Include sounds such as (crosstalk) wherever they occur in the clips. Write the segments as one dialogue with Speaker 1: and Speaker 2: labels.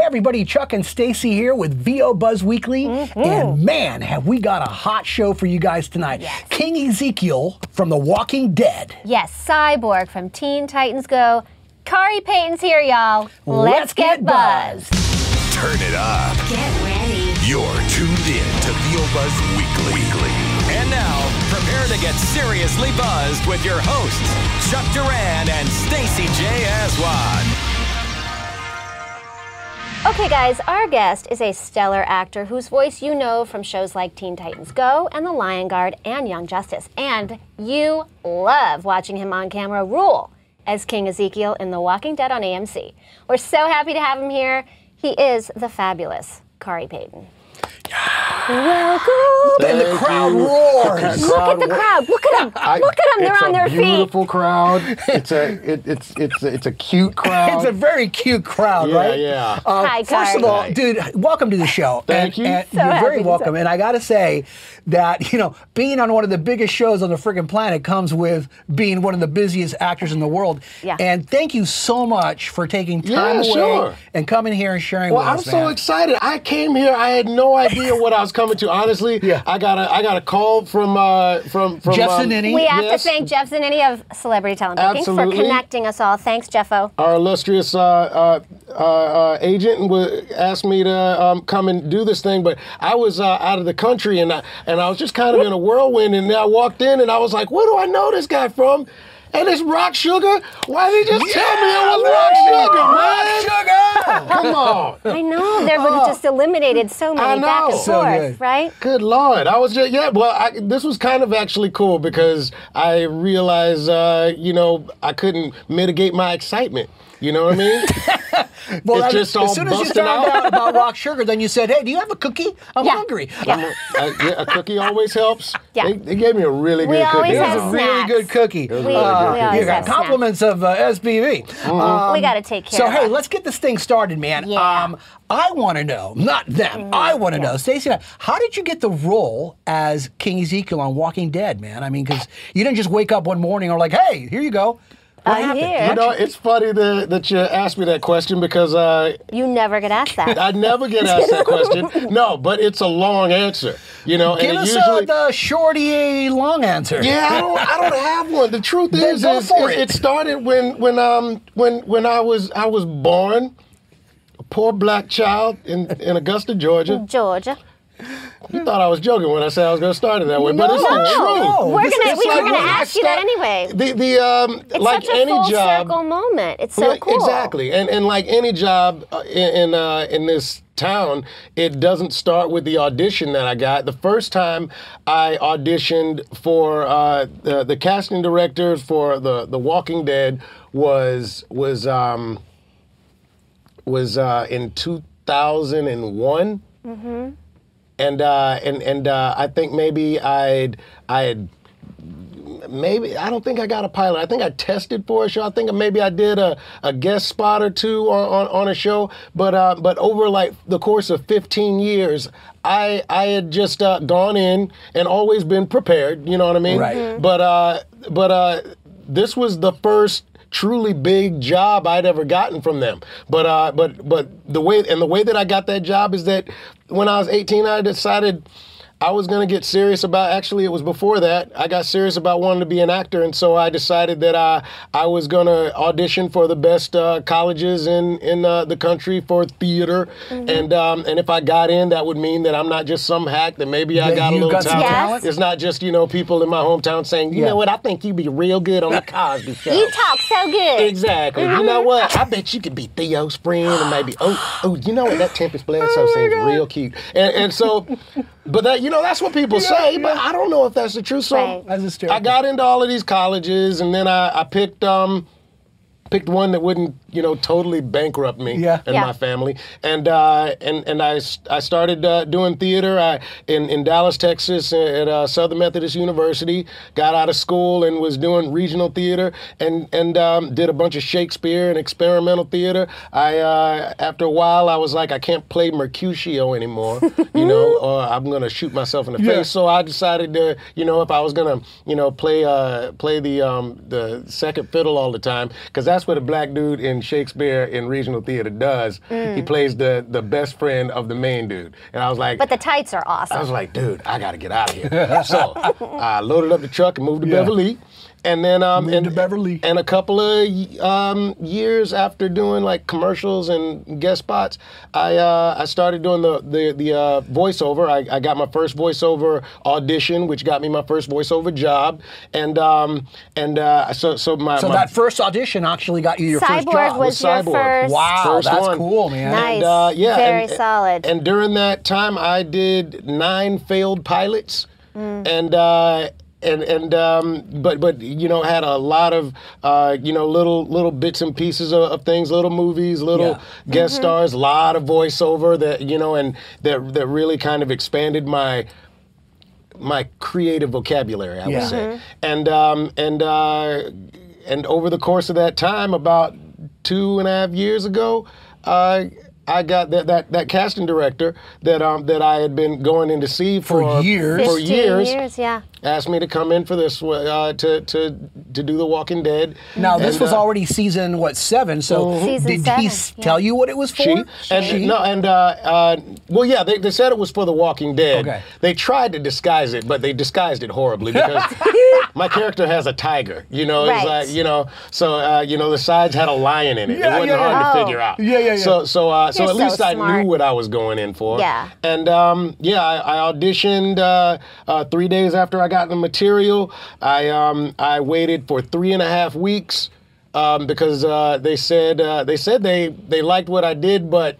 Speaker 1: everybody. Chuck and Stacy here with VO Buzz Weekly.
Speaker 2: Mm-hmm.
Speaker 1: And man, have we got a hot show for you guys tonight. King Ezekiel from The Walking Dead.
Speaker 2: Yes, Cyborg from Teen Titans Go. Kari Payton's here, y'all. Let's, get, buzzed.
Speaker 3: Turn it up.
Speaker 4: Get ready.
Speaker 3: You're tuned in to Theo Buzz Weekly.
Speaker 5: And now, prepare to get seriously buzzed with your hosts, Chuck Duran and Stacy J. Aswan.
Speaker 2: Okay, guys, our guest is a stellar actor whose voice you know from shows like Teen Titans Go and The Lion Guard and Young Justice. And you love watching him on camera rule as King Ezekiel in The Walking Dead on AMC. We're so happy to have him here. He is the fabulous Kari Payton. Welcome.
Speaker 1: And the
Speaker 6: Thank
Speaker 1: crowd
Speaker 6: you.
Speaker 1: roars.
Speaker 2: Look at the crowd. Look at them.
Speaker 6: I-
Speaker 2: Look at them. They're
Speaker 6: it's
Speaker 2: on
Speaker 6: a
Speaker 2: their feet.
Speaker 6: Beautiful crowd. It's
Speaker 2: (laughs)
Speaker 6: a it, it's it's a, (laughs) it's a cute crowd.
Speaker 1: It's a very cute crowd,
Speaker 6: Yeah,
Speaker 1: right?
Speaker 6: yeah.
Speaker 2: (laughs)
Speaker 1: Uh,
Speaker 2: Hi,
Speaker 1: first of
Speaker 2: Kari.
Speaker 1: all, dude, welcome to the show. And-
Speaker 6: Thank you.
Speaker 1: and you're
Speaker 2: So happy
Speaker 1: very
Speaker 2: to
Speaker 1: welcome.
Speaker 2: talk.
Speaker 1: And I got to say that, you know, being on one of the biggest shows on the friggin' planet comes with being one of the busiest actors in the world.
Speaker 2: Yeah.
Speaker 1: And thank you so much for taking time
Speaker 6: Yeah,
Speaker 1: away
Speaker 6: sure.
Speaker 1: and coming here and sharing
Speaker 6: Well,
Speaker 1: with
Speaker 6: I'm
Speaker 1: us.
Speaker 6: so
Speaker 1: man.
Speaker 6: excited. I came here. I had no idea what I was coming to. Honestly,
Speaker 1: Yeah.
Speaker 6: I got a I got a call from uh from from
Speaker 1: Jeff
Speaker 6: um,
Speaker 1: Zanini.
Speaker 2: We have
Speaker 6: Yes.
Speaker 2: to thank Jeff Zanini of Celebrity Talent Booking for
Speaker 6: Absolutely.
Speaker 2: connecting us all. Thanks, Jeffo.
Speaker 6: our illustrious uh, uh, uh, uh, agent and w- asked me to um, come and do this thing, but I was uh, out of the country and I, and I was just kind of in a whirlwind. And then I walked in and I was like, "Where do I know this guy from?" And it's Rock Sugar. Why did he just tell me it was Rock Sugar, man?
Speaker 1: Rock Sugar!
Speaker 6: Come on.
Speaker 2: I know. They would have just eliminated so
Speaker 6: Oh. I
Speaker 2: many back and
Speaker 6: know. So
Speaker 2: forth,
Speaker 1: good.
Speaker 2: right?
Speaker 6: Good lord! I was just yeah. Well, I, this was kind of actually cool because I realized uh, you know I couldn't mitigate my excitement. You know what I mean?
Speaker 1: Well,
Speaker 6: It's
Speaker 1: I-
Speaker 6: just all
Speaker 1: as soon as you
Speaker 6: busted
Speaker 1: found
Speaker 6: out.
Speaker 1: out about rock sugar, then you said, "Hey, do you have a cookie? I'm
Speaker 2: Yeah.
Speaker 1: hungry."
Speaker 2: Yeah.
Speaker 6: Uh, yeah, a cookie always helps.
Speaker 2: Yeah.
Speaker 6: They, they gave me a really
Speaker 2: We
Speaker 6: good
Speaker 2: always
Speaker 6: cookie.
Speaker 1: It was
Speaker 2: have
Speaker 1: a really
Speaker 2: snacks.
Speaker 1: good cookie.
Speaker 6: was a really good
Speaker 1: you
Speaker 6: cookie. Uh,
Speaker 2: We always have
Speaker 1: compliments of uh, SBV.
Speaker 6: Mm-hmm.
Speaker 1: Um,
Speaker 2: We gotta take care
Speaker 1: So
Speaker 2: of
Speaker 1: hey,
Speaker 2: that.
Speaker 1: let's get this thing started, man. Um,
Speaker 2: Yeah. Mm.
Speaker 1: I want to know, not them. I want to know, Stacey. How did you get the role as King Ezekiel on Walking Dead, man? I mean, because you didn't just wake up one morning or like, "Hey, here you go." What
Speaker 2: I'm
Speaker 1: happened?
Speaker 2: here.
Speaker 6: You know, it's funny that, that you asked me that question because uh,
Speaker 2: You never get asked that.
Speaker 6: I never
Speaker 2: (laughs)
Speaker 6: get asked that question. No, but it's a long answer. You know,
Speaker 1: Give
Speaker 6: and it
Speaker 1: us uh,
Speaker 6: usually.
Speaker 1: the shorty long answer.
Speaker 6: yeah, I don't, I don't have one. The truth
Speaker 1: Then
Speaker 6: is,
Speaker 1: go
Speaker 6: is,
Speaker 1: for
Speaker 6: is
Speaker 1: it.
Speaker 6: it started when when um when when I was I was born, a poor black child in in Augusta, Georgia.
Speaker 2: Georgia.
Speaker 6: You thought I was joking when I said I was going to start it that way, but it's
Speaker 1: No.
Speaker 6: the truth.
Speaker 1: No.
Speaker 2: We're
Speaker 1: This
Speaker 2: gonna,
Speaker 1: is
Speaker 2: we were
Speaker 1: like
Speaker 2: gonna
Speaker 1: when I
Speaker 2: ask you that anyway.
Speaker 6: The the um
Speaker 2: It's
Speaker 6: like
Speaker 2: such a
Speaker 6: any
Speaker 2: full
Speaker 6: job.
Speaker 2: circle moment. It's so
Speaker 6: Yeah,
Speaker 2: cool.
Speaker 6: Exactly, and and like any job uh, in in, uh, in this town, it doesn't start with the audition that I got. The first time I auditioned for uh, the the casting director for the the Walking Dead was was um was uh, in two thousand and one and uh, and and uh, I think maybe I'd I had maybe I don't think I got a pilot. I think I tested for a show. I think maybe I did a, a guest spot or two on, on, on a show. But uh, but over like the course of 15 years, I I had just uh, gone in and always been prepared. You know what I mean?
Speaker 1: Right. Mhm.
Speaker 6: But uh, but uh, this was the first truly big job I'd ever gotten from them. But uh, but but the way and the way that I got that job is that when I was 18, I decided I was gonna get serious about. Actually, it was before that. I got serious about wanting to be an actor, and so I decided that I I was gonna audition for the best uh, colleges in in uh, the country for theater, and um, and if I got in, that would mean that I'm not just some hack. That maybe I
Speaker 1: That
Speaker 6: got a
Speaker 1: you
Speaker 6: little
Speaker 1: got some
Speaker 6: talent.
Speaker 2: talent?
Speaker 6: It's not just you know people in my hometown saying, you
Speaker 1: Yeah.
Speaker 6: know what, I think you'd be real good on the Cosby Show.
Speaker 2: You talk Mm-hmm. so good.
Speaker 6: Exactly. You know what? I bet you could be Theo's friend, or maybe oh, oh, you know what? That Tempest
Speaker 2: Oh
Speaker 6: Bledsoe seems real cute, and and so, but that you know that's what people say, but I don't know if that's the truth. So
Speaker 2: Right.
Speaker 1: That's hysterical.
Speaker 6: I got into all of these colleges, and then I, I picked um picked one that wouldn't you know totally bankrupt me
Speaker 1: Yeah.
Speaker 6: and
Speaker 2: Yeah.
Speaker 6: my family, and uh, and and I, s- I started uh, doing theater I, in in Dallas, Texas, at uh, Southern Methodist University. Got out of school and was doing regional theater, and and um, did a bunch of Shakespeare and experimental theater. I uh, after a while I was like I can't play Mercutio
Speaker 1: (laughs)
Speaker 6: anymore, you know, or I'm gonna shoot myself in the
Speaker 1: Yeah.
Speaker 6: face. So I decided to you know if I was gonna you know play uh, play the um, the second fiddle all the time because that's what a black dude in Shakespeare in regional theater does. He plays the the best friend of the main dude, and I was like,
Speaker 2: But the tights are awesome.
Speaker 6: I was like, dude, I gotta get out of
Speaker 1: (laughs)
Speaker 6: here. so I loaded up the truck and moved to
Speaker 1: Yeah.
Speaker 6: Beverly. And then um
Speaker 1: Moved
Speaker 6: and,
Speaker 1: to Beverly.
Speaker 6: And a couple of y- um, years after doing like commercials and guest spots, I uh, I started doing the the, the uh, voiceover. I, I got my first voiceover audition, which got me my first voiceover job. And um and uh, so so my
Speaker 1: So
Speaker 6: my-
Speaker 1: that first audition actually got you your first
Speaker 2: Cyborg
Speaker 1: job.
Speaker 2: was your
Speaker 6: Cyborg.
Speaker 2: first.
Speaker 1: wow,
Speaker 6: First
Speaker 1: that's
Speaker 6: one.
Speaker 1: cool, man.
Speaker 2: Nice.
Speaker 6: And, uh, yeah,
Speaker 2: Very
Speaker 6: and-
Speaker 2: solid.
Speaker 6: And during that time, I did nine failed pilots, and. Uh, and and um, but but you know had a lot of uh, you know little little bits and pieces of, of things, little movies, little
Speaker 1: Yeah.
Speaker 6: guest stars, a lot of voiceover that you know and that that really kind of expanded my my creative vocabulary, I
Speaker 1: Yeah. Mm-hmm.
Speaker 6: would say. And um, and uh, and over the course of that time, about two and a half years ago, uh, I got that, that that casting director that um, that I had been going in to see for,
Speaker 1: For years.
Speaker 6: for
Speaker 2: 15
Speaker 6: years
Speaker 2: yeah.
Speaker 6: asked me to come in for this uh, to to to do The Walking Dead.
Speaker 1: Now this
Speaker 6: And,
Speaker 1: was
Speaker 6: uh,
Speaker 1: already season what seven? So
Speaker 2: Season
Speaker 1: did
Speaker 2: seven,
Speaker 1: he s- tell you what it was for?
Speaker 6: She, and no, and uh, uh, well, yeah, they, they said it was for The Walking Dead.
Speaker 1: Okay.
Speaker 6: They tried to disguise it, but they disguised it horribly because my character has a tiger. You know,
Speaker 2: Right.
Speaker 6: it's like you know, so uh, you know the sides had a lion in it.
Speaker 1: Yeah,
Speaker 6: it wasn't
Speaker 1: yeah,
Speaker 6: hard
Speaker 2: yeah.
Speaker 6: to
Speaker 2: Oh.
Speaker 6: figure out.
Speaker 1: Yeah, yeah, yeah.
Speaker 6: So so uh, so
Speaker 2: You're
Speaker 6: at least
Speaker 2: so
Speaker 6: I
Speaker 2: smart.
Speaker 6: knew what I was going in for.
Speaker 2: Yeah.
Speaker 6: And um, yeah, I, I auditioned uh, uh, three days after I got the material. I um, I waited for three and a half weeks um, because uh, they said uh, they said they they liked what I did, but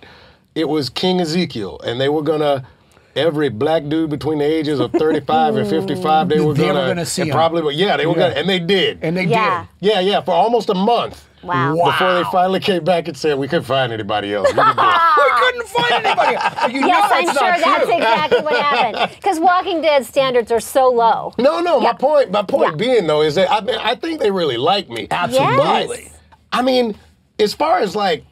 Speaker 6: it was King Ezekiel, and they were gonna. Every black dude between the ages of 35 and 55, they were
Speaker 1: They were
Speaker 6: gonna,
Speaker 1: gonna see
Speaker 6: and
Speaker 1: him.
Speaker 6: probably, yeah, they were
Speaker 1: Yeah.
Speaker 6: gonna, and they did.
Speaker 1: and they
Speaker 2: Yeah.
Speaker 1: did.
Speaker 6: yeah, yeah, for almost a month
Speaker 2: Wow. (laughs)
Speaker 1: Wow.
Speaker 6: before they finally came back and said we couldn't find anybody else. We
Speaker 2: (laughs)
Speaker 6: could do it."
Speaker 1: We couldn't find anybody. You
Speaker 2: Yes,
Speaker 1: know
Speaker 2: I'm
Speaker 1: it's
Speaker 2: sure
Speaker 1: not
Speaker 2: that's
Speaker 1: true.
Speaker 2: exactly what happened. Because Walking Dead standards are so low.
Speaker 6: No, no. My point, my point
Speaker 2: Yeah.
Speaker 6: being though is that I, mean, I think they really like me.
Speaker 1: Absolutely.
Speaker 2: Yes.
Speaker 6: I mean, as far as like,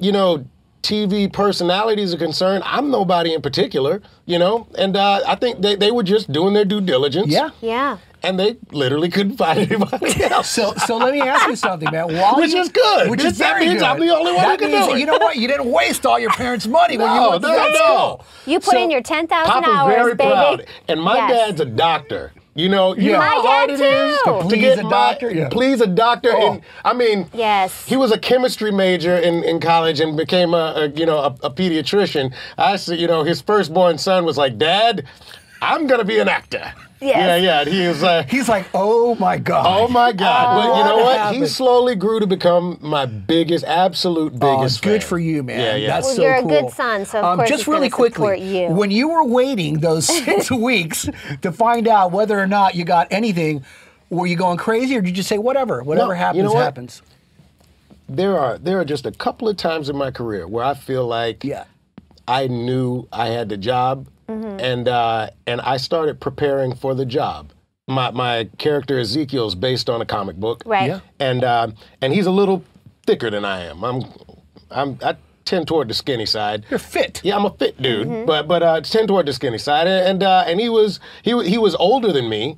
Speaker 6: you know, TV personalities are concerned, I'm nobody in particular, you know, and uh, I think they, they were just doing their due diligence.
Speaker 1: Yeah.
Speaker 2: Yeah.
Speaker 6: And they literally couldn't find (laughs) anybody else.
Speaker 1: So, so let me ask you something, man. While
Speaker 6: Which
Speaker 1: you-
Speaker 6: is good.
Speaker 1: Which is
Speaker 6: That
Speaker 1: very
Speaker 6: means
Speaker 1: good.
Speaker 6: I'm the only one who
Speaker 1: That
Speaker 6: can
Speaker 1: means
Speaker 6: do it.
Speaker 1: You know what? You didn't waste all your parents' money when you
Speaker 6: No,
Speaker 1: went to
Speaker 6: no,
Speaker 1: that
Speaker 6: no.
Speaker 1: school.
Speaker 2: You put
Speaker 6: So,
Speaker 2: in your 10,000
Speaker 6: Papa's
Speaker 2: hours,
Speaker 6: very
Speaker 2: baby.
Speaker 6: proud, and my
Speaker 2: Yes.
Speaker 6: dad's a doctor. You know, you know
Speaker 1: My
Speaker 6: how
Speaker 2: dad
Speaker 6: hard it is
Speaker 2: too.
Speaker 6: to,
Speaker 1: To
Speaker 6: to
Speaker 1: please
Speaker 6: get
Speaker 1: a
Speaker 6: my-
Speaker 1: doctor, yeah.
Speaker 6: please a doctor,
Speaker 1: Oh.
Speaker 6: and I mean,
Speaker 2: Yes.
Speaker 6: he was a chemistry major in, in college and became a, a you know a, a pediatrician. I see, you know, his firstborn son was like, Dad, I'm gonna be an actor.
Speaker 2: Yes.
Speaker 6: Yeah, yeah. and He was like,
Speaker 1: He's like, (laughs) oh my god.
Speaker 6: Oh my God! but you know what? He
Speaker 1: happened?
Speaker 6: slowly grew to become my biggest, absolute
Speaker 1: Oh,
Speaker 6: biggest.
Speaker 1: good
Speaker 6: fan.
Speaker 1: for you, man.
Speaker 6: Yeah, yeah.
Speaker 1: That's
Speaker 2: Well,
Speaker 1: so
Speaker 2: you're a
Speaker 1: cool. Um,
Speaker 2: good son, so of course
Speaker 1: just
Speaker 2: he's
Speaker 1: really
Speaker 2: gonna
Speaker 1: quickly,
Speaker 2: support you.
Speaker 1: when you were waiting
Speaker 2: (laughs)
Speaker 1: those six weeks to find out whether or not you got anything, were you going crazy, or did you just say whatever, whatever
Speaker 6: you
Speaker 1: happens,
Speaker 6: know what?
Speaker 1: happens?
Speaker 6: there are there are just a couple of times in my career where I feel like
Speaker 1: Yeah.
Speaker 6: I knew I had the job, and uh, and I started preparing for the job. My my character Ezekiel is based on a comic book,
Speaker 2: Right.
Speaker 1: Yeah.
Speaker 6: And uh, and he's a little thicker than I am. I'm I'm I tend toward the skinny side.
Speaker 1: You're fit. Mm-hmm.
Speaker 6: Yeah, I'm a fit dude, but but uh, tend toward the skinny side, and and, uh, and he was he wa- he was older than me,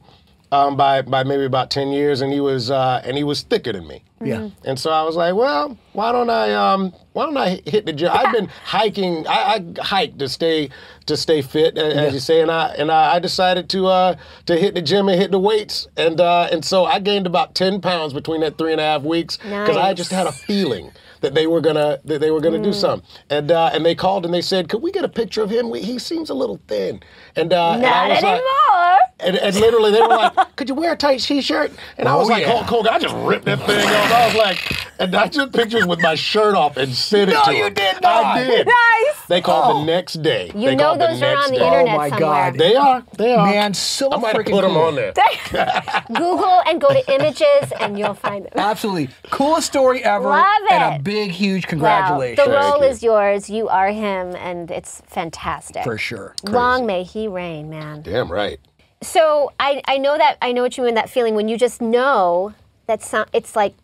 Speaker 6: um, by by maybe about ten years, and he was uh, and he was thicker than me.
Speaker 1: Yeah.
Speaker 6: And so I was like, well, why don't I um why don't I hit the gym? I've been hiking. I, I hike to stay to stay fit, a- as you say, and I and I, I decided to uh to hit the gym and hit the weights, and uh and so I gained about ten pounds between that three and a half weeks because I just had a feeling. That they were gonna, that they were gonna
Speaker 2: Hmm.
Speaker 6: do something, and uh, and they called and they said, "Could we get a picture of him? We, he seems a little thin." And uh, and I
Speaker 2: Not
Speaker 6: was like-
Speaker 2: anymore.
Speaker 6: and, and literally, they were
Speaker 2: (laughs)
Speaker 6: like, "Could you wear a tight T-shirt?" And I
Speaker 1: Oh,
Speaker 6: was like,
Speaker 1: yeah.
Speaker 6: "Hulk Hogan!" I just ripped that thing off. I was like, and I took pictures with my shirt off and sent it
Speaker 1: No,
Speaker 6: to
Speaker 1: you
Speaker 6: him.
Speaker 1: did not.
Speaker 6: I did.
Speaker 2: Nice.
Speaker 6: They called
Speaker 1: Oh.
Speaker 6: the next day. You
Speaker 2: know those are on the
Speaker 1: Oh
Speaker 2: internet
Speaker 1: my
Speaker 2: somewhere.
Speaker 1: God.
Speaker 6: They are. They are.
Speaker 1: Man, so
Speaker 6: I might have
Speaker 1: freaking
Speaker 6: put them
Speaker 1: cool.
Speaker 6: on there.
Speaker 2: (laughs) Google and go to images, and you'll
Speaker 1: (laughs)
Speaker 2: find it.
Speaker 1: Absolutely. Coolest story ever.
Speaker 2: Love
Speaker 1: And a
Speaker 2: it.
Speaker 1: big, huge
Speaker 2: Wow.
Speaker 1: congratulations.
Speaker 2: The role
Speaker 6: you.
Speaker 2: is yours. You are him, and it's fantastic.
Speaker 1: For sure.
Speaker 2: Long may he reign, man.
Speaker 6: Damn right.
Speaker 2: So I, I know that I know what you mean that feeling when you just know that some, it's like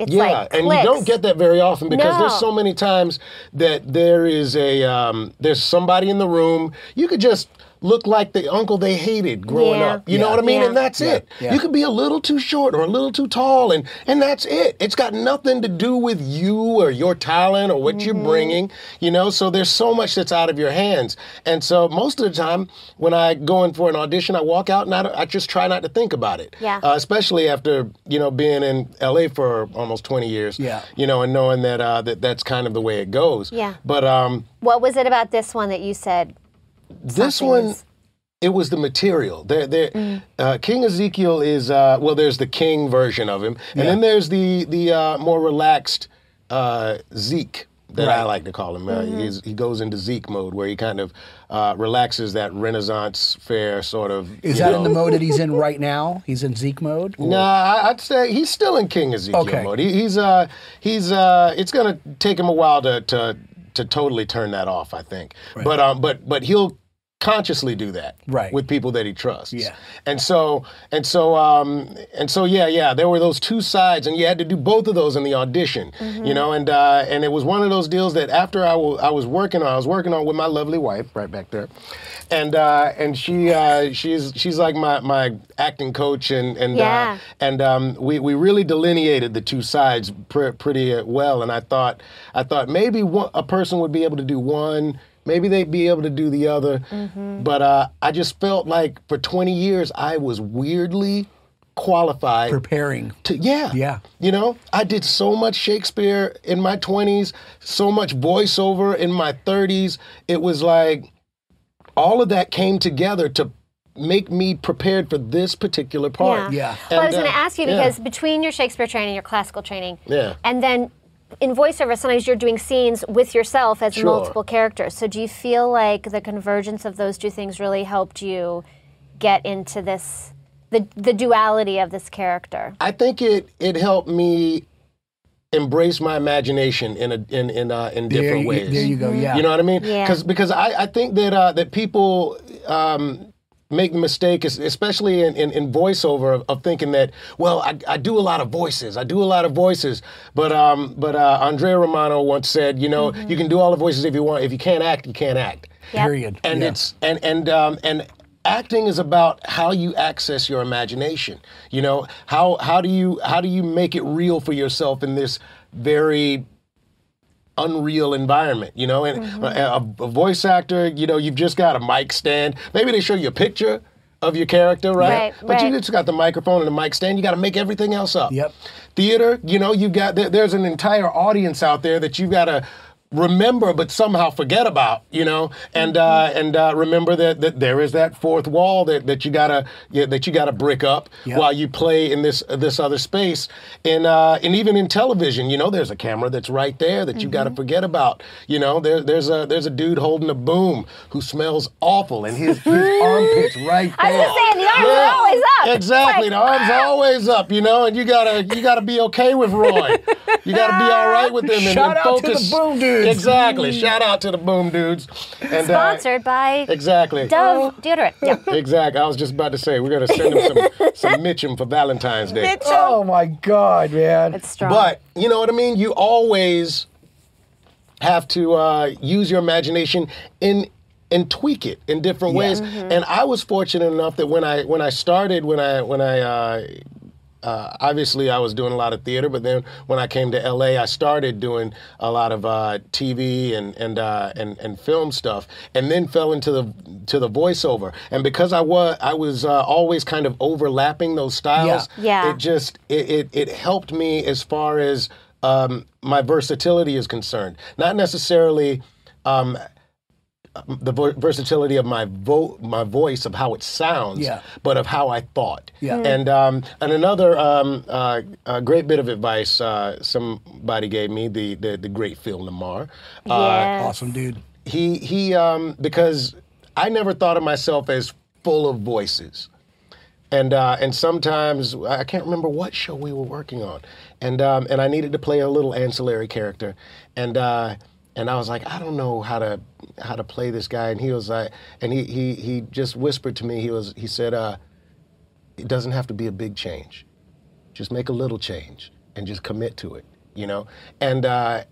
Speaker 2: it's
Speaker 6: Yeah,
Speaker 2: like
Speaker 6: and
Speaker 2: clicks.
Speaker 6: you don't get that very often because
Speaker 2: No.
Speaker 6: there's so many times that there is a um, there's somebody in the room. You could just look like the uncle they hated growing
Speaker 2: Yeah.
Speaker 6: up. You know
Speaker 1: Yeah.
Speaker 6: what I mean?
Speaker 2: Yeah.
Speaker 6: And that's
Speaker 1: Yeah.
Speaker 6: it.
Speaker 1: Yeah.
Speaker 6: You could be a little too short or a little too tall, and and that's it. It's got nothing to do with you or your talent or what
Speaker 2: Mm-hmm.
Speaker 6: you're bringing. You know, so there's so much that's out of your hands. And so most of the time, when I go in for an audition, I walk out and I, don't- I just try not to think about it.
Speaker 2: Yeah.
Speaker 6: Uh, especially after you know being in LA for almost 20 years.
Speaker 1: Yeah.
Speaker 6: You know, and knowing that uh, that that's kind of the way it goes.
Speaker 2: Yeah.
Speaker 6: But um,
Speaker 2: What was it about this one that you said?
Speaker 6: this
Speaker 2: something
Speaker 6: one
Speaker 2: is-
Speaker 6: it was the material there there uh, king ezekiel is uh, well there's the king version of him and then there's the the uh, more relaxed uh, zeke that I like to call him. Uh, he's, he goes into Zeke mode where he kind of uh, relaxes that Renaissance fair sort of.
Speaker 1: Is
Speaker 6: you
Speaker 1: that
Speaker 6: know-
Speaker 1: in the mode that he's in right now? He's in Zeke mode? Or-
Speaker 6: Nah, I- I'd say he's still in King Ezekiel
Speaker 1: Okay.
Speaker 6: mode. He, he's uh, he's uh, it's gonna take him a while to to to totally turn that off, I think. But um, but but he'll consciously do that
Speaker 1: Right.
Speaker 6: with people that he trusts.
Speaker 1: Yeah.
Speaker 6: And so and so um and so yeah yeah there were those two sides and you had to do both of those in the audition you know and uh, and it was one of those deals that after I wa- I was working on I was working on with my lovely wife right back there and uh, and she uh, she's she's like my my acting coach and and
Speaker 2: Yeah.
Speaker 6: uh, and um, we, we really delineated the two sides pr- pretty uh, well. And I thought I thought maybe one, a person would be able to do one, maybe they'd be able to do the other. But uh, I just felt like for 20 years I was weirdly qualified
Speaker 1: Preparing.
Speaker 6: to yeah
Speaker 1: Yeah.
Speaker 6: you know i did so much shakespeare in my 20s so much voiceover in my 30s it was like all of that came together to make me prepared for this particular part
Speaker 1: Yeah.
Speaker 2: Well, I
Speaker 6: Oh, And,
Speaker 2: was going
Speaker 6: uh,
Speaker 2: to ask you
Speaker 6: yeah.
Speaker 2: because between your Shakespeare training, your classical training,
Speaker 6: Yeah.
Speaker 2: and then in voiceover, sometimes you're doing scenes with yourself as
Speaker 6: Sure.
Speaker 2: multiple characters. So do you feel like the convergence of those two things really helped you get into this, the, the duality of this character?
Speaker 6: I think it it helped me embrace my imagination in a in in uh, in
Speaker 1: There
Speaker 6: different
Speaker 1: you-
Speaker 6: ways.
Speaker 1: there you go, yeah.
Speaker 6: You know what I mean?
Speaker 2: Yeah.
Speaker 6: Because because I, I think that uh, that people. Um, Make the mistake, es- especially in, in, in voiceover, of, of thinking that well, I, I do a lot of voices, I do a lot of voices, but um, but uh, Andrea Romano once said, you know, you can do all the voices if you want, if you can't act, you can't act.
Speaker 2: Yep.
Speaker 1: Period.
Speaker 6: And
Speaker 1: Yeah.
Speaker 6: it's and and um, and acting is about how you access your imagination. You know how how do you how do you make it real for yourself in this very unreal environment you know and
Speaker 2: Mm-hmm.
Speaker 6: uh, a, a voice actor you know you've just got a mic stand maybe they show you a picture of your character right,
Speaker 2: Right,
Speaker 6: but you
Speaker 2: right.
Speaker 6: just got the microphone and the mic stand you got to make everything else up
Speaker 1: Yep.
Speaker 6: theater you know you've got there, there's an entire audience out there that you've got to remember but somehow forget about you know and uh,
Speaker 2: Mm-hmm.
Speaker 6: and uh, remember that, that there is that fourth wall that, that you gotta yeah, that you gotta brick up
Speaker 1: Yep.
Speaker 6: while you play in this uh, this other space and uh, and even in television you know there's a camera that's right there that you
Speaker 2: Mm-hmm.
Speaker 6: gotta forget about you know there, there's a there's a dude holding a boom who smells awful and
Speaker 2: (laughs)
Speaker 6: his, his armpits right
Speaker 2: I
Speaker 6: there
Speaker 2: was gonna say, the arms are always up. It's
Speaker 6: Exactly,
Speaker 2: like,
Speaker 6: the arms are always up, you know, and you gotta you gotta be okay with Roy. You gotta be all right with them and,
Speaker 1: Shout
Speaker 6: and
Speaker 1: out to the
Speaker 6: focus.
Speaker 1: boom dudes.
Speaker 6: Exactly. Shout out to the boom dudes. And, uh, Oh.
Speaker 2: Sponsored by
Speaker 6: exactly.
Speaker 2: Dove deodorant. Yeah.
Speaker 6: Exactly. I was just about to say we're gonna send them some some Mitchum for Valentine's Day.
Speaker 1: Oh my God, man.
Speaker 2: It's strong.
Speaker 6: But you know what I mean. You always have to uh, use your imagination in and tweak it in different ways.
Speaker 1: Mm-hmm.
Speaker 6: And I was fortunate enough that when I when I started when I when I uh, uh, obviously I was doing a lot of theater, but then when I came to LA, I started doing a lot of uh, TV and and, uh, and and film stuff, and then fell into the to the voiceover. And because I was I was uh, always kind of overlapping those styles,
Speaker 2: Yeah.
Speaker 6: it just it, it it helped me as far as um, my versatility is concerned. Not necessarily. Um, the vo- versatility of my vo- my voice of how it sounds,
Speaker 1: Yeah.
Speaker 6: but of how I thought.
Speaker 1: Yeah. Mm.
Speaker 6: And um, and another um, uh, a great bit of advice uh, somebody gave me the the, the great Phil Lamar. Uh,
Speaker 2: Yes.
Speaker 1: awesome, dude.
Speaker 6: He he um, because I never thought of myself as full of voices. And, uh, and sometimes I can't remember what show we were working on, and um, and I needed to play a little ancillary character, and uh, and I was like, I don't know how to how to play this guy, and he was like, and he he he just whispered to me, he was he said, uh, it doesn't have to be a big change, just make a little change and just commit to it, you know, and uh,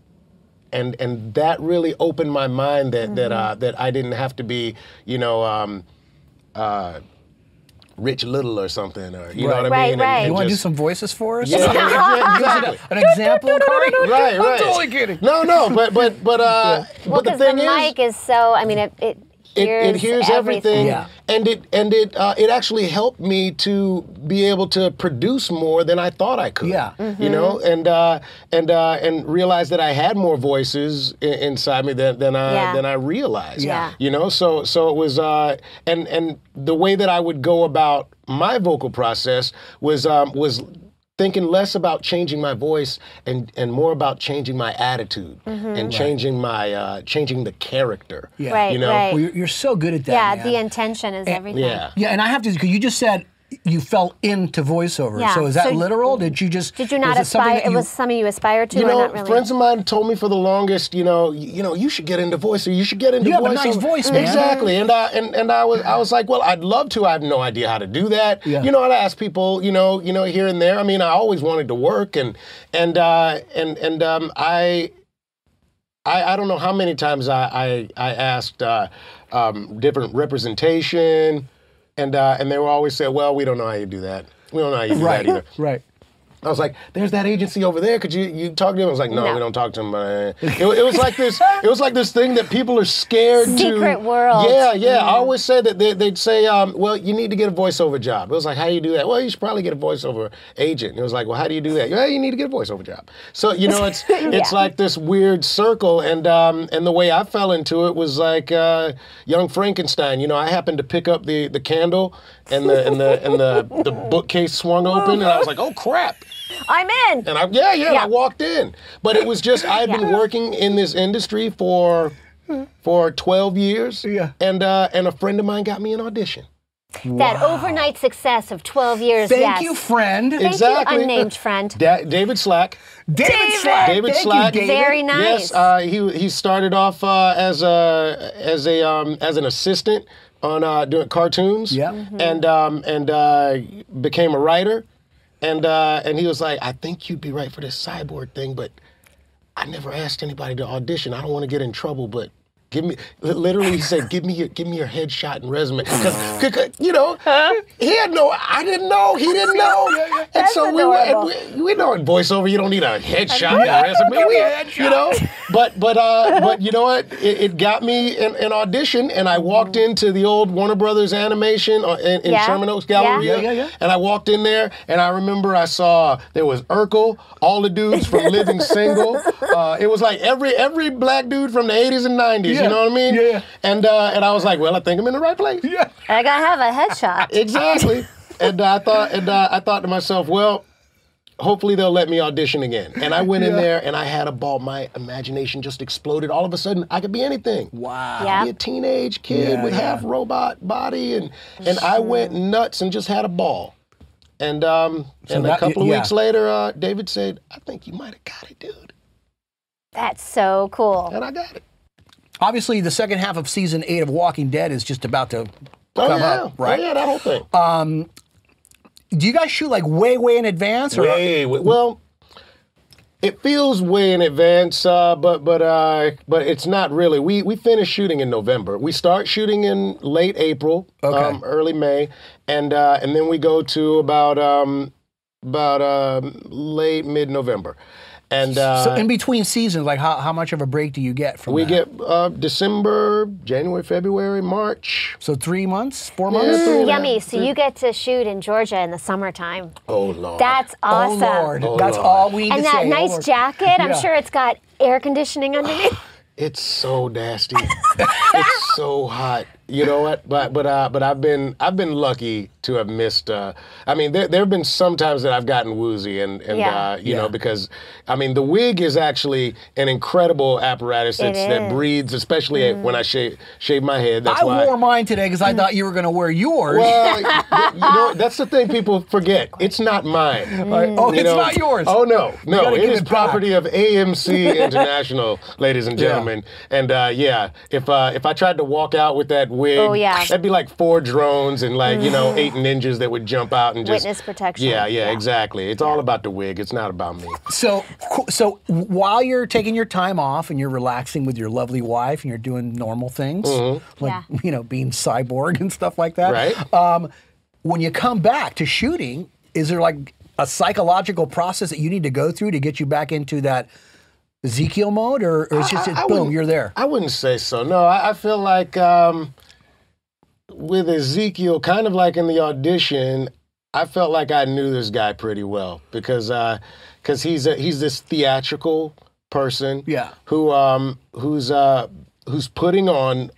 Speaker 6: and
Speaker 2: Mm-hmm.
Speaker 6: and that really opened my mind that that uh, that I didn't have to be you know um, uh, Rich Little or something, or you know
Speaker 1: Right.
Speaker 6: what I mean?
Speaker 2: Right,
Speaker 6: And-
Speaker 2: right.
Speaker 6: and
Speaker 1: You want to do
Speaker 6: just-
Speaker 1: some voices for us?
Speaker 6: (laughs) Yeah,
Speaker 2: (laughs)
Speaker 6: yeah, exactly.
Speaker 1: An example, Kari?
Speaker 6: Right, right.
Speaker 1: I'm totally kidding.
Speaker 6: No, no, but but but uh,
Speaker 2: Well,
Speaker 6: but the
Speaker 2: because the,
Speaker 6: thing is,
Speaker 2: mic is so. I mean, it it
Speaker 6: it,
Speaker 2: hears,
Speaker 6: it hears everything,
Speaker 1: Yeah.
Speaker 6: and it and it uh, it actually helped me to be able to produce more than I thought I could.
Speaker 1: Yeah.
Speaker 2: Mm-hmm.
Speaker 6: you know, and uh, and uh, and realize that I had more voices I- inside me than, than I
Speaker 2: Yeah.
Speaker 6: than I realized.
Speaker 2: Yeah.
Speaker 6: you know, so so it was, uh, and and the way that I would go about my vocal process was um, was. Thinking less about changing my voice and, and more about changing my attitude
Speaker 2: Mm-hmm.
Speaker 6: and changing my uh, changing the character.
Speaker 1: Yeah.
Speaker 2: Right,
Speaker 6: you know?
Speaker 2: right.
Speaker 1: Well, you're, you're so good at that.
Speaker 2: Yeah,
Speaker 1: man.
Speaker 2: the intention is everything.
Speaker 6: Yeah.
Speaker 1: Yeah, and I have to because you just said you fell into voiceover.
Speaker 2: Yeah,
Speaker 1: So is that
Speaker 2: so-
Speaker 1: literal? Did you just
Speaker 2: Did you not
Speaker 1: was it something
Speaker 2: aspire?
Speaker 1: that
Speaker 2: It
Speaker 1: you-
Speaker 2: was something you aspired to,
Speaker 6: You
Speaker 2: or
Speaker 6: know,
Speaker 2: not really?
Speaker 6: friends of mine told me for the longest, you know, you, you know, you should get into voice, or you should get into
Speaker 1: You have a
Speaker 6: voice.
Speaker 1: nice voice, man.
Speaker 6: Exactly, and I and, and I was I was like, well, I'd love to. I have no idea how to do that.
Speaker 1: Yeah.
Speaker 6: You know, I'd ask people, you know, you know, here and there. I mean, I always wanted to work, and and uh, and and um, I I, I don't know how many times I I, I asked uh, um, different representation, and uh, and they were always say, well, we don't know how you do that. We don't know how you do
Speaker 1: right,
Speaker 6: that either.
Speaker 1: right.
Speaker 6: I was like, "There's that agency over there. Could you you talk to them?" I was like, "No,
Speaker 2: No.
Speaker 6: we don't talk to them." Uh, It, it was like this. It was like this thing that people are scared to.
Speaker 2: Secret world.
Speaker 6: Yeah, yeah. I always say that they, they'd say, um, "Well, you need to get a voiceover job." It was like, "How do you do that?" Well, you should probably get a voiceover agent. It was like, "Well, how do you do that?" Well, you need to get a voiceover job. So you know, it's
Speaker 2: (laughs)
Speaker 6: it's
Speaker 2: Yeah.
Speaker 6: like this weird circle, and um, and the way I fell into it was like uh, Young Frankenstein. You know, I happened to pick up the the candle, and the and the and the, the bookcase swung open, and I was like, "Oh crap."
Speaker 2: I'm in.
Speaker 6: And I, yeah, yeah, and
Speaker 2: Yeah.
Speaker 6: I walked in. But it was just, I had been
Speaker 2: Yeah.
Speaker 6: working in this industry for for 12 years.
Speaker 1: Yeah.
Speaker 6: And, uh, and a friend of mine got me an audition.
Speaker 2: That overnight success of 12 years.
Speaker 1: Thank
Speaker 2: yes.
Speaker 1: you, friend.
Speaker 2: Thank
Speaker 6: Exactly.
Speaker 2: you, unnamed friend.
Speaker 6: Da- David Slack.
Speaker 1: David Slack.
Speaker 6: David
Speaker 1: Thank
Speaker 6: Slack.
Speaker 1: You, David.
Speaker 2: Very nice.
Speaker 6: Yes, uh, he he started off uh, as a as a um, as an assistant on uh, doing cartoons.
Speaker 1: Yep.
Speaker 2: Mm-hmm.
Speaker 1: Mhm.
Speaker 6: and um, and uh, became a writer, and uh, and he was like, I think you'd be right for this cyborg thing, but I never asked anybody to audition. I don't want to get in trouble, but. Give me li- literally, he said, "Give me your, give me your headshot and resume." 'Cause- 'cause, you know, he had no, I didn't know, he
Speaker 1: (laughs)
Speaker 6: didn't know, and
Speaker 2: That's
Speaker 6: so we were, and
Speaker 2: adorable.
Speaker 6: we, we know in voiceover you don't need a headshot and a resume. We- you know, but but uh, but you know what? It, it got me an, an audition, and I walked
Speaker 1: Mm-hmm.
Speaker 6: into the old Warner Brothers Animation uh, in, in
Speaker 2: Yeah.
Speaker 6: Sherman Oaks
Speaker 2: Yeah.
Speaker 6: Gallery.
Speaker 1: Yeah, yeah, yeah.
Speaker 6: And I walked in there, and I remember I saw there was Urkel, all the dudes from
Speaker 1: (laughs)
Speaker 6: Living Single. Uh, it was like every every black dude from the '80s and '90s.
Speaker 1: Yeah.
Speaker 6: You know what I mean?
Speaker 1: Yeah, yeah.
Speaker 6: And uh, and I was like, well, I think I'm in the right place.
Speaker 1: Yeah.
Speaker 2: I gotta have a
Speaker 1: (laughs)
Speaker 2: headshot.
Speaker 6: Exactly. (laughs) and uh, I thought, and uh, I thought to myself, well, hopefully they'll let me audition again. And I went in
Speaker 1: Yeah.
Speaker 6: there, and I had a ball. My imagination just exploded. All of a sudden, I could be anything.
Speaker 1: Wow.
Speaker 2: Yeah.
Speaker 6: Be a teenage kid
Speaker 1: Yeah,
Speaker 6: with
Speaker 1: yeah.
Speaker 6: half robot body, and and I went nuts and just had a ball. And um,
Speaker 1: So
Speaker 6: and
Speaker 1: that-
Speaker 6: a couple of
Speaker 1: yeah.
Speaker 6: weeks later, uh, David said, "I think you might have got it, dude."
Speaker 2: That's so cool.
Speaker 6: And I got it.
Speaker 1: Obviously, the second half of season eight of Walking Dead is just about to
Speaker 6: Oh
Speaker 1: come
Speaker 6: yeah,
Speaker 1: up, right?
Speaker 6: Oh, yeah, that whole thing.
Speaker 1: Do you guys shoot like way, way in advance? Or
Speaker 6: Way, way- well, it feels way in advance, uh, but but uh, but it's not really. We we finish shooting in November. We start shooting in late April,
Speaker 1: Okay.
Speaker 6: um, early May, and uh, and then we go to about um, about uh, late mid November, and uh,
Speaker 1: so in between seasons, like how, how much of a break do you get from
Speaker 6: we
Speaker 1: that?
Speaker 6: get uh, December, January, February, March.
Speaker 1: so three months, four
Speaker 6: Yeah,
Speaker 1: months.
Speaker 6: three and a half.
Speaker 2: Mm, Yummy. So you get to shoot in Georgia in the summertime.
Speaker 6: Oh lord.
Speaker 2: That's awesome.
Speaker 1: Oh Lord,
Speaker 6: Oh,
Speaker 1: that's
Speaker 6: Lord.
Speaker 1: all we need to
Speaker 2: And that
Speaker 1: say. Oh,
Speaker 2: nice
Speaker 1: Lord.
Speaker 2: jacket, I'm
Speaker 1: Yeah.
Speaker 2: sure it's got air conditioning underneath.
Speaker 6: It's so nasty. it's so hot. You know what? But but uh, but I've been I've been lucky to have missed. Uh, I mean, there there have been some times that I've gotten woozy and and
Speaker 2: Yeah.
Speaker 6: uh, you
Speaker 1: Yeah.
Speaker 6: know because I mean the wig is actually an incredible apparatus that's, that
Speaker 2: is. Mm-hmm.
Speaker 6: breathes, especially when I shave shave my head. That's
Speaker 1: I
Speaker 6: why.
Speaker 1: wore mine today because I thought you were going to wear yours. (laughs)
Speaker 6: well, y- you know, that's the thing people forget. It's not mine.
Speaker 2: Mm.
Speaker 1: Like, oh,
Speaker 6: You
Speaker 1: it's
Speaker 6: know,
Speaker 1: not yours.
Speaker 6: Oh no, no,
Speaker 1: gotta
Speaker 6: it
Speaker 1: give
Speaker 6: is
Speaker 1: it back.
Speaker 6: property
Speaker 1: (laughs)
Speaker 6: of AMC International, ladies and
Speaker 1: Yeah.
Speaker 6: gentlemen. And uh, yeah, if uh, if I tried to walk out with that wig.
Speaker 2: Oh, yeah. Mm.
Speaker 6: That'd be like four drones and like you know eight ninjas that would jump out and just
Speaker 2: Witness protection.
Speaker 6: Yeah, yeah,
Speaker 2: Yeah.
Speaker 6: exactly. It's all about the wig. It's not about me.
Speaker 1: So, cool. so while you're taking your time off and you're relaxing with your lovely wife and you're doing normal things, like
Speaker 2: Yeah.
Speaker 1: you know being cyborg and stuff like that,
Speaker 6: Mm-hmm. Right.
Speaker 1: Um, when you come back to shooting, is there like a psychological process that you need to go through to get you back into that Ezekiel mode, or, or it's just it's, boom,
Speaker 6: wouldn't-
Speaker 1: you're there?
Speaker 6: I wouldn't say so. No, I, I feel like um, with Ezekiel, kind of like in the audition, I felt like I knew this guy pretty well because because he's a, he's this theatrical person.
Speaker 1: Yeah.
Speaker 6: Who um who's uh who's putting on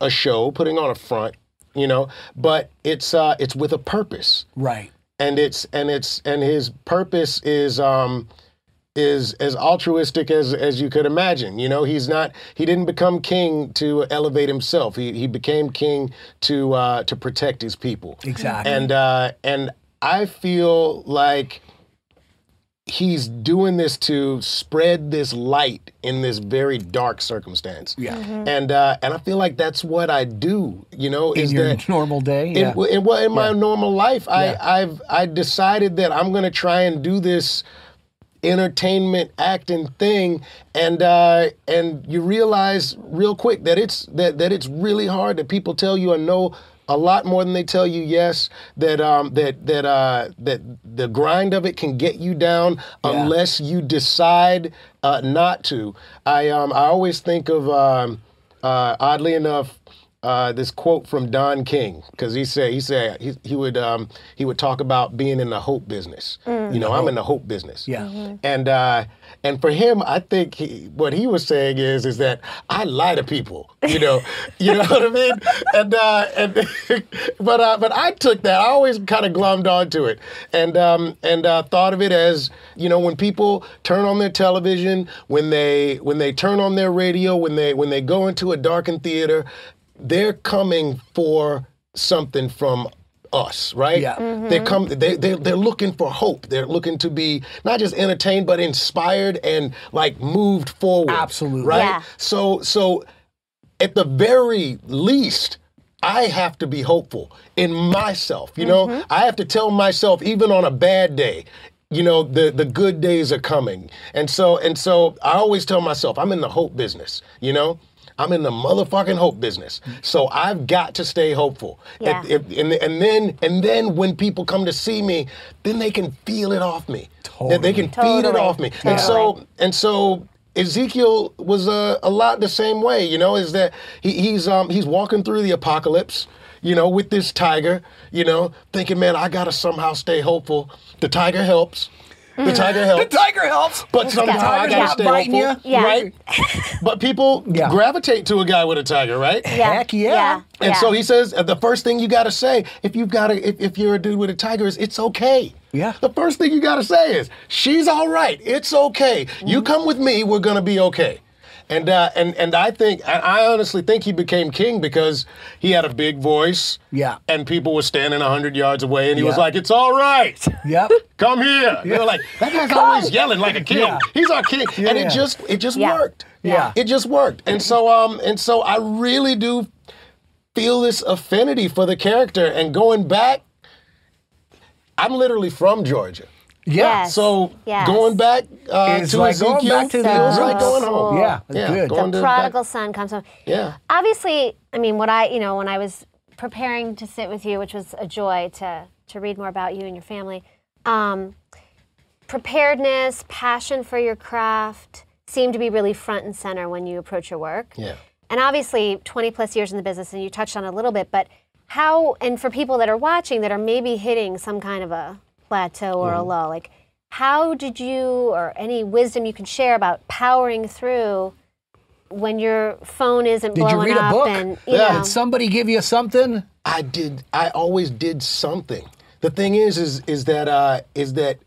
Speaker 6: a show, putting on a front, you know, but it's uh it's with a purpose
Speaker 1: right.
Speaker 6: and it's and it's and his purpose is um is as altruistic as as you could imagine you know he's not he didn't become king to elevate himself he he became king to uh to protect his people
Speaker 1: Exactly.
Speaker 6: and uh and i feel like he's doing this to spread this light in this very dark circumstance
Speaker 1: Yeah.
Speaker 6: and uh and i feel like that's what i do you know
Speaker 1: In
Speaker 6: is
Speaker 1: your
Speaker 6: that
Speaker 1: normal day,
Speaker 6: in,
Speaker 1: yeah.
Speaker 6: in, well, in my
Speaker 1: Yeah.
Speaker 6: normal life, I,
Speaker 1: Yeah.
Speaker 6: I've I decided that I'm gonna try and do this entertainment acting thing, and uh, and you realize real quick that it's that that it's really hard that people tell you a no a lot more than they tell you yes. That um that that uh that the grind of it can get you down unless you decide uh, not to. I um I always think of um uh, oddly enough uh, this quote from Don King because he said he said he, he would um, he would talk about being in the hope business. You know, I'm in Mm. the hope business.
Speaker 1: Yeah. Mhm.
Speaker 6: And uh, and for him, I think he, what he was saying is is that I lie to people. You know, you know what I mean. And uh, and (laughs) but uh, but I took that. I always kind of glummed onto it, and um, and uh, thought of it as you know when people turn on their television, when they when they turn on their radio, when they when they go into a darkened theater, they're coming for something from us, right?
Speaker 1: Yeah.
Speaker 6: They come. They they they're looking for hope. They're looking to be not just entertained, but inspired and like moved forward.
Speaker 1: Absolutely.
Speaker 6: Right.
Speaker 2: Yeah.
Speaker 6: So so, at the very least. I have to be hopeful in myself, you know? I have to tell myself even on a bad day, you know, the the good days are coming. And so and so I always tell myself I'm in the hope business, you know? I'm in the motherfucking hope business. So I've got to stay hopeful.
Speaker 2: Yeah.
Speaker 6: If- if- and, and then and then when people come to see me, then they can feel it off me. They- They can feed it
Speaker 2: Totally.
Speaker 6: off me. And so and so Ezekiel was a, a lot the same way, you know, is that he, he's um he's walking through the apocalypse, you know, with this tiger, you know, thinking, man, I gotta somehow stay hopeful. The tiger helps. The tiger helps.
Speaker 1: Mm-hmm. The tiger helps.
Speaker 6: But somehow I
Speaker 1: tiger's
Speaker 6: gotta
Speaker 1: not
Speaker 6: stay
Speaker 1: biting
Speaker 6: hopeful,
Speaker 2: you. Yeah.
Speaker 6: right? but people
Speaker 1: Yeah.
Speaker 6: gravitate to a guy with a tiger, right?
Speaker 2: Yeah.
Speaker 1: Heck yeah.
Speaker 6: And
Speaker 2: yeah.
Speaker 6: so he says uh, the first thing you gotta say if you've got a, if, if you're a dude with a tiger is it's okay.
Speaker 1: Yeah.
Speaker 6: The first thing you gotta say is she's all right. It's okay. You come with me. We're gonna be okay. And uh, and and I think I- I honestly think he became king because he had a big voice.
Speaker 1: Yeah.
Speaker 6: And people were standing hundred yards away, and he was
Speaker 1: Yeah.
Speaker 6: like, "It's all right."
Speaker 1: Yep.
Speaker 6: Come here. They were like, that guy's always yelling like a king.
Speaker 1: Yeah.
Speaker 6: He's our king. And
Speaker 1: Yeah.
Speaker 6: it just it just
Speaker 2: Yeah.
Speaker 6: worked.
Speaker 1: Yeah.
Speaker 6: It just worked. And so um and so I really do feel this affinity for the character and going back I'm literally from Georgia.
Speaker 1: Yeah.
Speaker 2: Yes.
Speaker 6: So
Speaker 2: Yes.
Speaker 6: going back uh,
Speaker 1: It's
Speaker 6: to
Speaker 1: like
Speaker 6: Ezekiel
Speaker 1: going back to the
Speaker 6: feels like
Speaker 2: roots.
Speaker 6: going home.
Speaker 1: Yeah, good.
Speaker 6: going to-
Speaker 2: prodigal son comes home.
Speaker 6: Yeah.
Speaker 2: Obviously, I mean, what I, you know, when I was preparing to sit with you, which was a joy to to read more about you and your family, um, preparedness, passion for your craft seem to be really front and center when you approach your work.
Speaker 6: Yeah.
Speaker 2: And obviously, 20 plus years in the business, and you touched on it a little bit, but how, and for people that are watching that are maybe hitting some kind of a plateau or
Speaker 1: Mm-hmm.
Speaker 2: a low, like, how did you, or any wisdom you can share about powering through when your phone isn't
Speaker 1: Did
Speaker 2: blowing
Speaker 1: you read a
Speaker 2: up?
Speaker 1: book?
Speaker 2: And, you
Speaker 6: Yeah.
Speaker 2: know,
Speaker 1: Did somebody give you something?
Speaker 6: I did. I always did something. The thing is, is is that uh, is that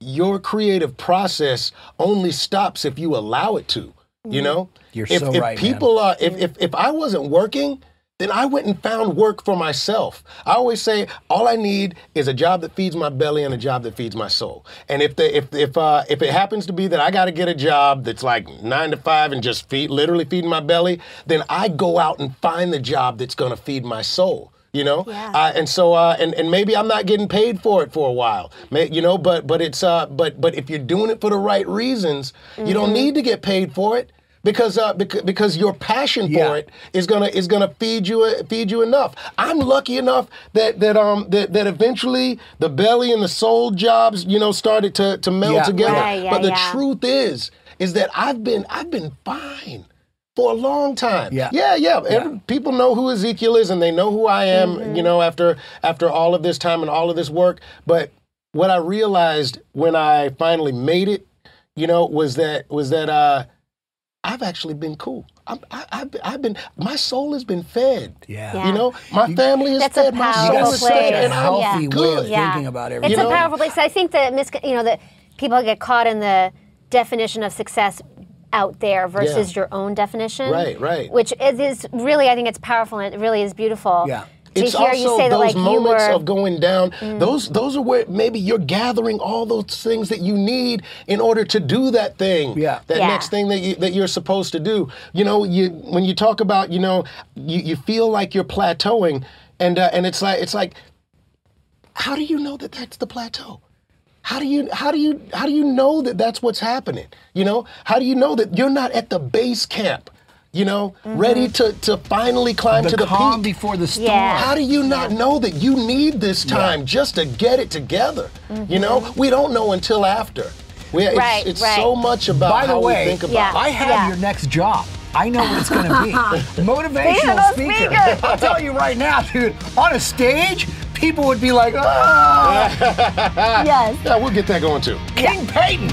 Speaker 6: your creative process only stops if you allow it to. You know,
Speaker 1: Mm-hmm. You're
Speaker 6: if,
Speaker 1: so
Speaker 6: uh, if
Speaker 1: right, man.
Speaker 6: people are if, if if I wasn't working, then I went and found work for myself. I always say all I need is a job that feeds my belly and a job that feeds my soul. And if the if if uh, if it happens to be that I got to get a job that's like nine to five and just feed literally feeding my belly, then I go out and find the job that's gonna feed my soul you know
Speaker 2: Yeah.
Speaker 6: uh, and so uh, and, and maybe i'm not getting paid for it for a while May, you know but but it's uh but but if you're doing it for the right reasons you
Speaker 1: Mm-hmm.
Speaker 6: don't need to get paid for it because uh because, because your passion
Speaker 1: Yeah.
Speaker 6: for it is gonna is gonna feed you uh, feed you enough i'm lucky enough that that um that, that eventually the belly and the soul jobs you know started to to meld
Speaker 1: Yeah.
Speaker 6: together
Speaker 2: Right, yeah,
Speaker 6: but the
Speaker 2: yeah.
Speaker 6: truth is is that i've been i've been fine for a long time
Speaker 1: Yeah.
Speaker 6: yeah yeah, Every- people know who Ezekiel is and they know who I am,
Speaker 2: Mm-hmm.
Speaker 6: you know, after after all of this time and all of this work. But what I realized when I finally made it, you know, was that was that uh I've actually been cool. I'm, I, I've, been- I've been, my soul has been fed.
Speaker 1: Yeah.
Speaker 2: Yeah.
Speaker 6: You know, my family has
Speaker 2: That's a
Speaker 6: fed, my
Speaker 1: You
Speaker 6: soul
Speaker 1: got
Speaker 2: powerful
Speaker 6: is
Speaker 1: such
Speaker 2: place.
Speaker 6: fed,
Speaker 1: a
Speaker 6: and I'm
Speaker 1: healthy
Speaker 2: Yeah.
Speaker 1: way of
Speaker 6: good.
Speaker 2: Yeah.
Speaker 1: thinking about
Speaker 2: It's
Speaker 1: everything.
Speaker 6: You know?
Speaker 2: a powerful place. I think that mis- you know that people get caught in the definition of success out there versus
Speaker 6: Yeah.
Speaker 2: your own definition.
Speaker 6: Right, right.
Speaker 2: Which is, is really, I think it's powerful and it really is beautiful.
Speaker 1: Yeah.
Speaker 2: To
Speaker 6: it's
Speaker 2: hear
Speaker 6: also
Speaker 2: you say that,
Speaker 6: those
Speaker 2: like you
Speaker 6: moments
Speaker 2: were. Mm.
Speaker 6: of going down. Those those are where maybe you're gathering all those things that you need in order to do that thing.
Speaker 1: Yeah.
Speaker 6: That
Speaker 2: Yeah.
Speaker 6: next thing that you that you're supposed to do. You know, you when you talk about, you know, you, you feel like you're plateauing and uh, and it's like it's like how do you know that that's the plateau? How do you how do you how do you know that that's what's happening? You know, how do you know that you're not at the base camp? You know, ready to
Speaker 2: Mm-hmm.
Speaker 6: to finally climb
Speaker 1: the,
Speaker 6: to the
Speaker 1: calm
Speaker 6: peak?
Speaker 1: before the storm.
Speaker 2: Yeah.
Speaker 6: How do you not know that you need this time just to get it together? You know, we don't know until after. We, it's
Speaker 2: Mm-hmm. Right,
Speaker 6: it's
Speaker 2: right.
Speaker 6: so much about
Speaker 1: By the
Speaker 6: how
Speaker 1: way,
Speaker 6: we think about
Speaker 2: Yeah.
Speaker 6: it.
Speaker 1: I have
Speaker 2: Yeah.
Speaker 1: your next job. I know what it's going
Speaker 2: (laughs)
Speaker 1: to be.
Speaker 2: Motivational
Speaker 1: Motivational speaker.
Speaker 2: speaker.
Speaker 1: (laughs) I'll tell you right now, dude. On a stage, people would be like, "Ah,
Speaker 2: yes.
Speaker 6: Yeah, we'll get that going too.
Speaker 1: King Peyton."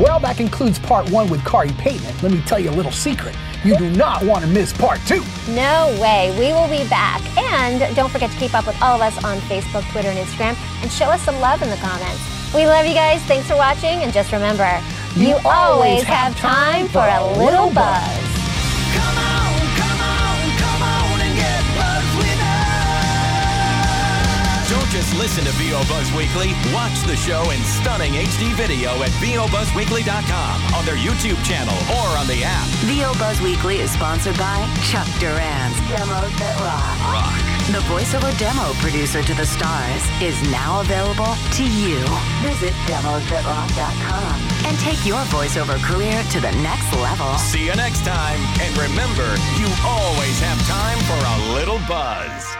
Speaker 1: Well, that concludes part one with Kari Payton. Let me tell you a little secret. You do not want to miss part two.
Speaker 2: No way. We will be back. And don't forget to keep up with all of us on Facebook, Twitter, and Instagram and show us some love in the comments. We love you guys. Thanks for watching. And just remember, you, always have time for a little buzz.
Speaker 4: Come on, come on, come on and get buzzed with us.
Speaker 5: Don't just listen to VO Buzz Weekly. Watch the show in stunning HD video at VOBuzzWeekly.com on their YouTube channel or on the app.
Speaker 7: VO Buzz Weekly is sponsored by Chuck Duran's Demos That Rock. The voiceover demo producer to the stars is now available to you. Visit demosthatrock.com and take your voiceover career to the next level.
Speaker 5: See you next time. And remember, you always have time for a little buzz.